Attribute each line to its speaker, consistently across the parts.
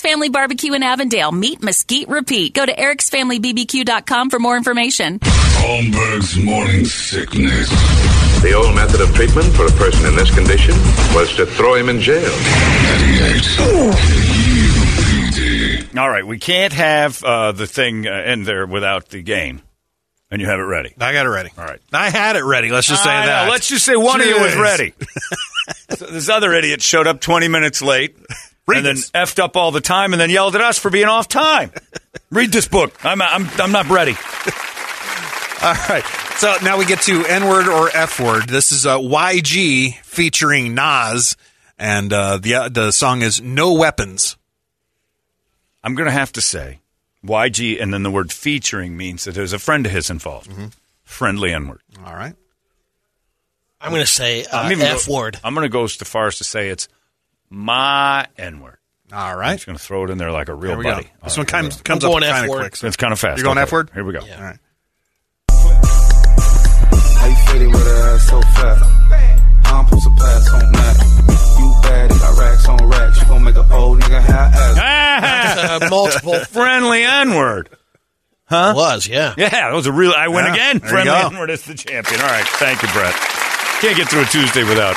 Speaker 1: Family Barbecue in Avondale. Meet, mesquite, repeat. Go to ericsfamilybbq.com for more information.
Speaker 2: Holmberg's morning sickness.
Speaker 3: The old method of treatment for a person in this condition was to throw him in jail.
Speaker 2: 98. KUPD.
Speaker 4: All right, we can't have uh, the thing uh, in there without the game. And you have it ready.
Speaker 5: I got it ready.
Speaker 4: All right.
Speaker 5: I had it ready. Let's just say
Speaker 4: I know.
Speaker 5: that.
Speaker 4: Let's just say one of you was
Speaker 5: Jeez.
Speaker 4: ready. So this other idiot showed up 20 minutes late and then
Speaker 5: this.
Speaker 4: effed up all the time and then yelled at us for being off time. Read this book. I'm, I'm, I'm not ready.
Speaker 5: All right. So now we get to N word or F word. This is uh, YG featuring Nas, and uh, the uh, the song is No Weapons.
Speaker 4: I'm going to have to say YG and then the word featuring means that there's a friend of his involved.
Speaker 5: Mm-hmm.
Speaker 4: Friendly N word.
Speaker 5: All right.
Speaker 6: I'm going to say uh,
Speaker 4: I'm even
Speaker 6: F
Speaker 4: go-
Speaker 6: word.
Speaker 4: I'm going to go so far as to say it's my N word.
Speaker 5: All
Speaker 4: I'm
Speaker 5: right.
Speaker 4: just going to throw it in there like a real
Speaker 5: Here we
Speaker 4: buddy.
Speaker 5: go.
Speaker 4: All
Speaker 5: This
Speaker 4: right,
Speaker 5: one
Speaker 4: here we go.
Speaker 5: comes, comes
Speaker 6: I'm
Speaker 5: up
Speaker 6: going F
Speaker 5: kind of
Speaker 6: word.
Speaker 5: quick.
Speaker 4: It's kind of fast.
Speaker 5: You're going
Speaker 4: Okay.
Speaker 5: F word?
Speaker 4: Here we go.
Speaker 5: All right.
Speaker 7: How you faded with her ass so fast? I'm supposed to pass on that. You bad, it got racks on racks. You gon' make a old nigga have ass.
Speaker 4: Ah,
Speaker 6: Uh, multiple
Speaker 4: friendly N word.
Speaker 6: was, yeah.
Speaker 4: Yeah, that was a real. I win
Speaker 5: Yeah,
Speaker 4: again.
Speaker 5: there you
Speaker 4: Friendly
Speaker 5: go.
Speaker 4: N-word is the champion. All right, thank you, Brett. Can't get through a Tuesday without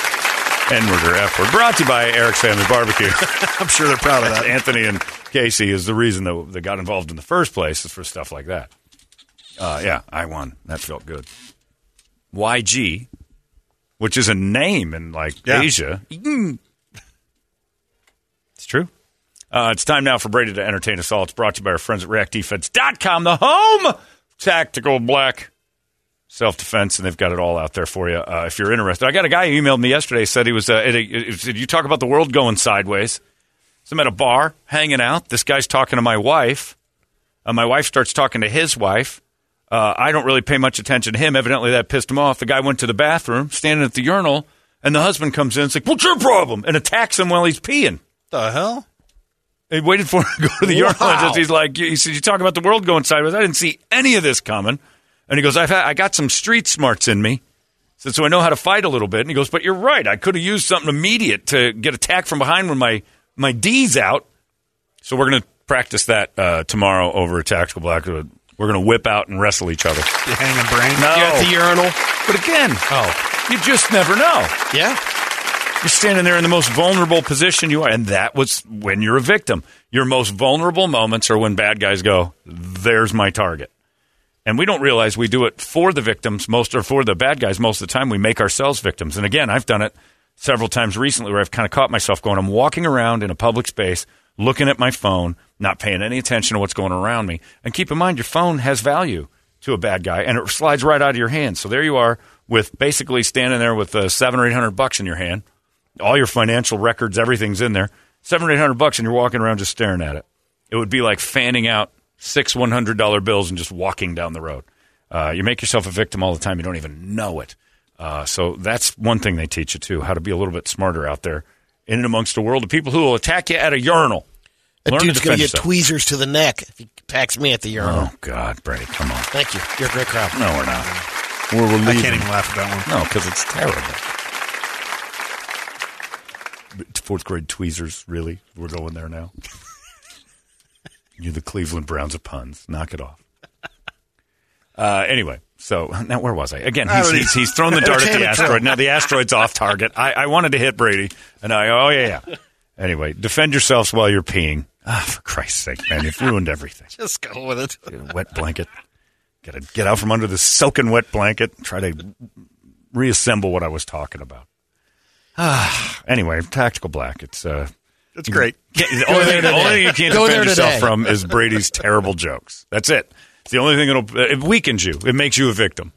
Speaker 4: N-word or F-word. Brought to you by Eric's Family Barbecue.
Speaker 5: I'm sure they're proud of that.
Speaker 4: Anthony and Casey is the reason that they got involved in the first place is for stuff like that. Uh, yeah, I won. That felt good. YG, which is a name in like
Speaker 5: Yeah.
Speaker 4: Asia. Mm. It's true. Uh, it's time now for Brady to entertain us all. It's brought to you by our friends at ReactDefense.com, the home of tactical black self defense, and they've got it all out there for you uh, if you're interested. I got a guy who emailed me yesterday said he was. Uh, at a, it- it- you talk about the world going sideways? So I'm at a bar hanging out. This guy's talking to my wife. Uh, my wife starts talking to his wife. Uh, I don't really pay much attention to him. Evidently, that pissed him off. The guy went to the bathroom, standing at the urinal, and the husband comes in and's like, What's your problem? and attacks him while he's peeing.
Speaker 5: the hell?
Speaker 4: He waited for him to go to the
Speaker 5: Wow.
Speaker 4: urinal. And just, he's like, he said, you talk about the world going sideways. I didn't see any of this coming. And he goes, I've had, I got some street smarts in me. Said, so I know how to fight a little bit. And he goes, but you're right. I could have used something immediate to get attacked from behind when my, my D's out. So we're going to practice that uh, tomorrow over at Tactical Black. We're going to whip out and wrestle each other.
Speaker 5: You hanging brain?
Speaker 4: No.
Speaker 6: You're at the urinal.
Speaker 4: But again,
Speaker 6: Oh,
Speaker 4: you just never know.
Speaker 6: yeah.
Speaker 4: You're standing there in the most vulnerable position you are. And that was when you're a victim. Your most vulnerable moments are when bad guys go, there's my target. And we don't realize we do it for the victims most or for the bad guys most of the time. We make ourselves victims. And again, I've done it several times recently where I've kind of caught myself going, I'm walking around in a public space, looking at my phone, not paying any attention to what's going around me. And keep in mind, your phone has value to a bad guy and it slides right out of your hand. So there you are with basically standing there with uh, seven or eight hundred bucks in your hand all your financial records, everything's in there. Seven or eight hundred bucks, and you're walking around just staring at it. It would be like fanning out six one hundred dollar bills and just walking down the road. Uh, you make yourself a victim all the time. You don't even know it. Uh, so that's one thing they teach you too: how to be a little bit smarter out there in and amongst a world of people who will attack you at a urinal.
Speaker 6: A
Speaker 4: Learn to
Speaker 6: dude's
Speaker 4: defend
Speaker 6: going to get
Speaker 4: yourself.
Speaker 6: tweezers to the neck if he attacks me at the urinal.
Speaker 4: Oh God, Brady, come on!
Speaker 6: Thank you. You're a great crowd.
Speaker 4: No, we're not. We're relieving.
Speaker 5: I can't even laugh at that one.
Speaker 4: No, because it's terrible. Fourth grade tweezers, really? We're going there now. You're the Cleveland Browns of puns. Knock it off. Uh, anyway, so now where was I? Again, he's, he's, he's thrown the dart at the asteroid. Now the asteroid's off target. I, I wanted to hit Brady, and I, oh, yeah, yeah. Anyway, defend yourselves while you're peeing. Ah, for Christ's sake, man, you've ruined everything.
Speaker 6: Just go with it.
Speaker 4: Get a wet blanket. Got to get out from under the soaking wet blanket. and Try to reassemble what I was talking about. Ah, anyway, tactical black. It's uh,
Speaker 5: That's great.
Speaker 4: Can't- the only, thing, the
Speaker 6: today.
Speaker 4: only thing you can't
Speaker 6: Go
Speaker 4: defend
Speaker 6: there
Speaker 4: yourself
Speaker 6: today.
Speaker 4: from is Brady's terrible jokes. That's it. It's the only thing that'll it weakens you. It makes you a victim.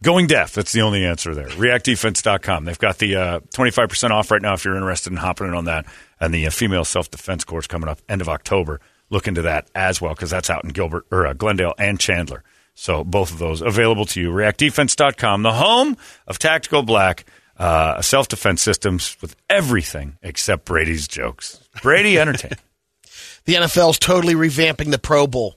Speaker 4: Going deaf. That's the only answer there. ReactDefense.com. They've got the uh, 25% off right now if you're interested in hopping in on that. And the uh, female self defense course coming up end of October. Look into that as well because that's out in Gilbert or uh, Glendale and Chandler. So both of those available to you. ReactDefense.com, the home of Tactical Black uh, self defense systems with everything except Brady's jokes. Brady entertained.
Speaker 6: The NFL's totally revamping the Pro Bowl.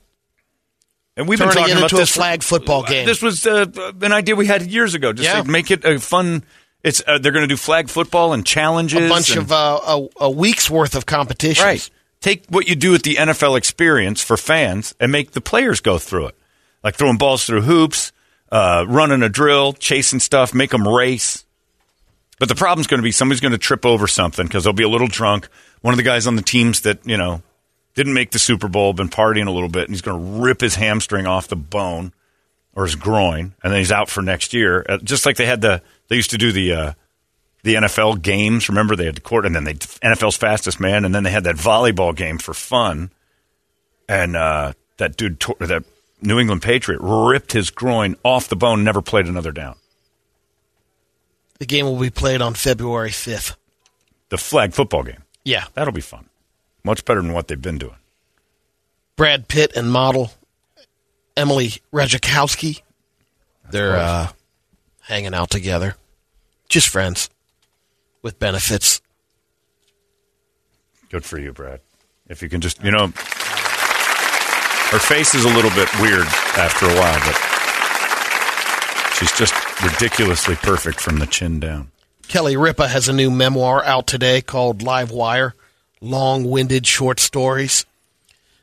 Speaker 4: And we've been
Speaker 6: Turning
Speaker 4: talking
Speaker 6: it
Speaker 4: about
Speaker 6: into a
Speaker 4: this for-
Speaker 6: flag football game.
Speaker 4: This was uh, an idea we had years ago. Just
Speaker 6: Yeah.
Speaker 4: like make it a fun. It's uh, they're going to do flag football and challenges.
Speaker 6: a bunch
Speaker 4: and-
Speaker 6: of uh, a, a week's worth of competitions.
Speaker 4: right. Take what you do at the NFL experience for fans and make the players go through it, like throwing balls through hoops, uh, running a drill, chasing stuff, make them race. But the problem's going to be somebody's going to trip over something because they'll be a little drunk. One of the guys on the teams that you know didn't make the Super Bowl, been partying a little bit, and he's going to rip his hamstring off the bone or his groin, and then he's out for next year. Uh, just like they had the, they used to do the uh, the NFL games. Remember, they had the court, and then they NFL's fastest man, and then they had that volleyball game for fun. And uh, that dude, tore, that New England Patriot, ripped his groin off the bone, never played another down.
Speaker 6: The game will be played on February 5th.
Speaker 4: The flag football game,
Speaker 6: Yeah.
Speaker 4: that'll be fun. Much better than what they've been doing.
Speaker 6: Brad Pitt and model Emily Radzikowski. They're uh, hanging out together, just friends with benefits.
Speaker 4: Good for you, Brad. If you can just, you know, her face is a little bit weird after a while, but she's just ridiculously perfect from the chin down.
Speaker 6: Kelly Ripa has a new memoir out today called Live Wire Long Winded Short Stories.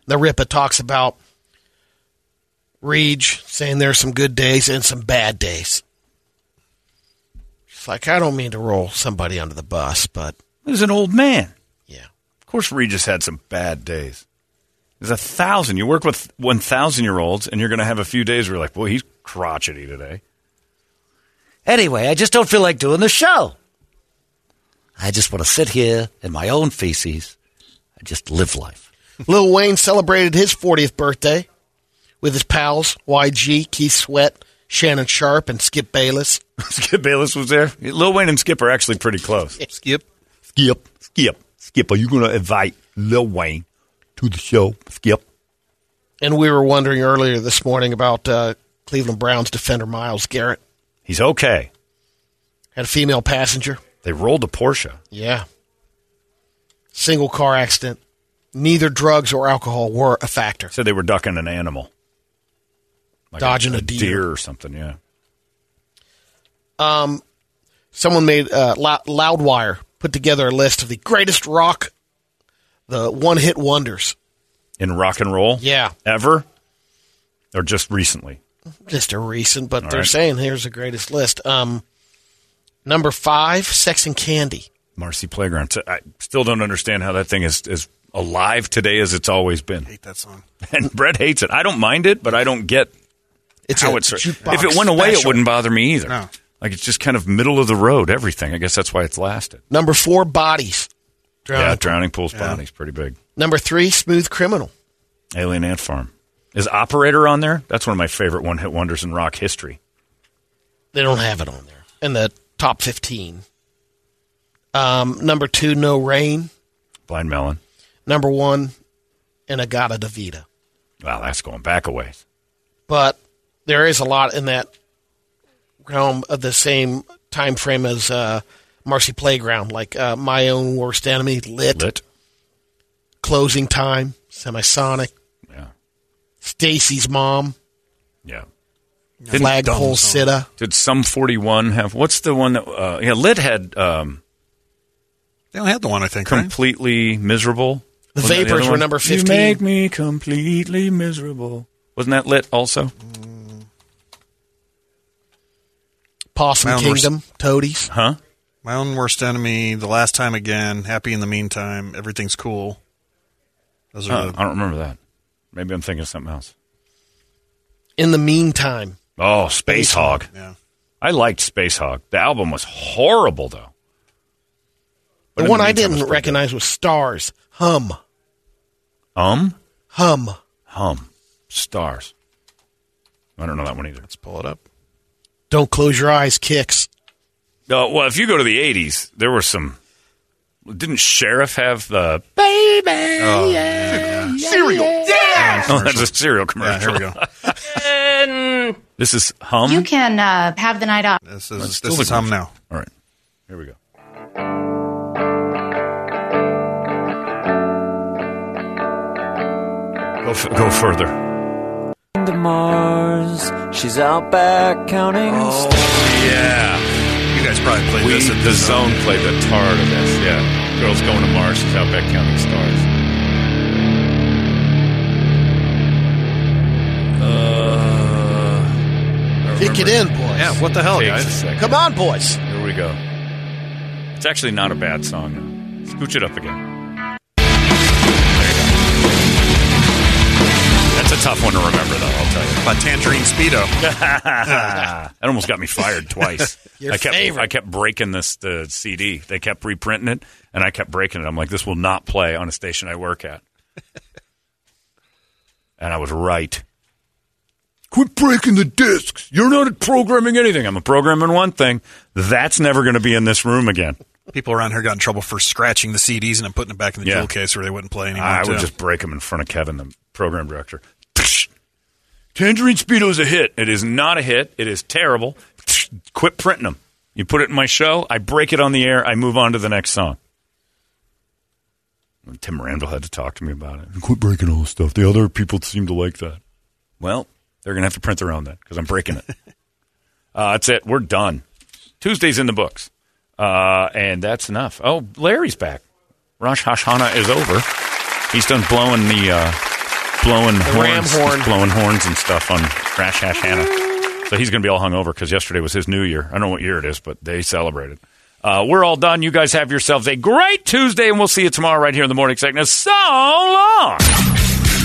Speaker 6: The Ripa talks about Reed saying there's some good days and some bad days. It's like, I don't mean to roll somebody under the bus, but
Speaker 4: He's an old man.
Speaker 6: yeah.
Speaker 4: Of course, Regis had some bad days. There's a thousand. You work with 1,000 year olds, and you're going to have a few days where you're like, well, he's crotchety today.
Speaker 8: Anyway, I just don't feel like doing the show. I just want to sit here in my own feces. I just live life.
Speaker 6: Lil Wayne celebrated his 40th birthday with his pals YG, Keith Sweat, Shannon Sharp, and Skip Bayless.
Speaker 4: Skip Bayless was there. Lil Wayne and Skip are actually pretty close.
Speaker 6: Skip.
Speaker 4: Skip, Skip, Skip, are you going to invite Lil Wayne to the show? Skip.
Speaker 6: And we were wondering earlier this morning about uh, Cleveland Browns defender Miles Garrett.
Speaker 4: He's okay.
Speaker 6: Had a female passenger.
Speaker 4: They rolled a Porsche.
Speaker 6: Yeah. Single car accident. Neither drugs or alcohol were a factor.
Speaker 4: Said they were ducking an animal. Like
Speaker 6: Dodging a deer.
Speaker 4: or something, yeah.
Speaker 6: Someone made uh, Lou- Loudwire put together a list of the greatest rock, the one hit wonders.
Speaker 4: In rock and roll?
Speaker 6: Yeah.
Speaker 4: Ever? Or just recently?
Speaker 6: Just a recent, but they're
Speaker 4: right.
Speaker 6: saying here's the greatest list. Um, number five, Sex and Candy.
Speaker 4: Marcy Playground. So I still don't understand how that thing is as alive today as it's always been.
Speaker 5: Hate that song.
Speaker 4: And Brett hates it. I don't mind it, but I don't get
Speaker 6: It's
Speaker 4: how
Speaker 6: a
Speaker 4: it's.
Speaker 6: jukebox
Speaker 4: If it went away, it
Speaker 6: special.
Speaker 4: wouldn't bother me either.
Speaker 5: No.
Speaker 4: Like it's just kind of middle of the road. Everything. I guess that's why it's lasted.
Speaker 6: Number four, Bodies.
Speaker 4: yeah, drowning pool's body's pretty big.
Speaker 6: Number three, Smooth Criminal.
Speaker 4: Alien Ant Farm is Operator on there. That's one of my favorite one-hit wonders in rock history.
Speaker 6: They don't have it on there. In the top 15. Um, number two, No Rain.
Speaker 4: Blind Melon.
Speaker 6: Number one, and Agata Davida.
Speaker 4: Wow, that's going back a ways.
Speaker 6: But there is a lot in that realm of the same time frame as uh, Marcy Playground, like uh, My Own Worst Enemy, Lit,
Speaker 4: Lit.
Speaker 6: Closing Time, Semisonic,
Speaker 4: Yeah.
Speaker 6: Stacy's Mom,
Speaker 4: Yeah.
Speaker 6: Flagpole Sitta.
Speaker 4: Did some forty-one have? What's the one that? Uh, yeah, Lit had um,
Speaker 5: They only had the one, I think. Right?
Speaker 4: completely miserable.
Speaker 6: The
Speaker 4: Wasn't that
Speaker 6: Vapors
Speaker 4: other
Speaker 6: were
Speaker 4: one?
Speaker 6: number
Speaker 4: You
Speaker 6: 15.
Speaker 4: make me completely miserable. Wasn't that lit also?
Speaker 6: Possum
Speaker 5: My Own Worst-
Speaker 6: Kingdom, Toadies.
Speaker 4: Huh?
Speaker 5: My own worst enemy. The last time again. Happy in the meantime. Everything's cool. Those are
Speaker 4: Huh, Uh, I
Speaker 5: the,
Speaker 4: don't remember that. Maybe I'm thinking of something else.
Speaker 6: In the meantime,
Speaker 4: Oh, Space Hog.
Speaker 5: yeah.
Speaker 4: I liked Space Hog. The album was horrible though.
Speaker 6: The one I didn't recognize was Stars. Hum.
Speaker 4: Um,
Speaker 6: Hum.
Speaker 4: hum, stars. I don't know that one either.
Speaker 5: Let's pull it up.
Speaker 6: Don't close your eyes, kicks.
Speaker 4: Uh, well, if you go to the '80s, there were some. Didn't Sheriff have the baby? yeah, cereal. Yeah, oh, that's a cereal
Speaker 5: Yeah, here
Speaker 4: commercial.
Speaker 5: we go.
Speaker 4: This is hum.
Speaker 9: You can uh, have the night off.
Speaker 5: This is
Speaker 4: Let's
Speaker 5: this
Speaker 4: do
Speaker 5: is
Speaker 4: the
Speaker 5: hum
Speaker 4: commercial.
Speaker 5: now.
Speaker 4: All right, here we go. Go, f- go further.
Speaker 10: to Mars. She's out back counting.
Speaker 4: Yeah,
Speaker 5: You guys probably played
Speaker 4: we
Speaker 5: this. At
Speaker 4: the zone played the tar out of this. Yeah, girls going to Mars, she's out back counting stars. Uh,
Speaker 6: Kick it in, boys.
Speaker 5: yeah. What the hell,
Speaker 4: Takes a
Speaker 5: guys?
Speaker 4: second.
Speaker 6: Come on, boys.
Speaker 4: Here we go. It's actually not a bad song. Scooch it up again. There you go. That's a tough one to remember, though, I'll tell you.
Speaker 5: By Tangerine Speedo.
Speaker 4: That almost got me fired twice.
Speaker 6: Your
Speaker 4: I kept
Speaker 6: favorite.
Speaker 4: I kept breaking this the CD. They kept reprinting it, and I kept breaking it. I'm like, this will not play on a station I work at. and I was right. Quit breaking the discs. You're not programming anything. I'm programming one thing. That's never going to be in this room again.
Speaker 5: People around here got in trouble for scratching the CDs and then putting it back in the
Speaker 4: Yeah.
Speaker 5: jewel case where they wouldn't play anymore.
Speaker 4: I
Speaker 5: too.
Speaker 4: would just break them in front of Kevin, the program director. Tangerine Speedo is a hit. It is not a hit. It is terrible. Quit printing them. You put it in my show. I break it on the air. I move on to the next song. And Tim Randall had to talk to me about it. Quit breaking all the stuff. The other people seem to like that. Well, they're going to have to print their own then because I'm breaking it. uh, that's it. We're done. Tuesday's in the books. Uh, and that's enough. Oh, Larry's back. Rosh Hashanah is over. He's done blowing the uh, blowing
Speaker 6: ram
Speaker 4: horns,
Speaker 6: horn.
Speaker 4: He's blowing horns and stuff on Rosh Hashanah. So he's going to be all hungover because yesterday was his New Year. I don't know what year it is, but they celebrated. Uh, we're all done. You guys have yourselves a great Tuesday, and we'll see you tomorrow right here in the morning sickness. So long.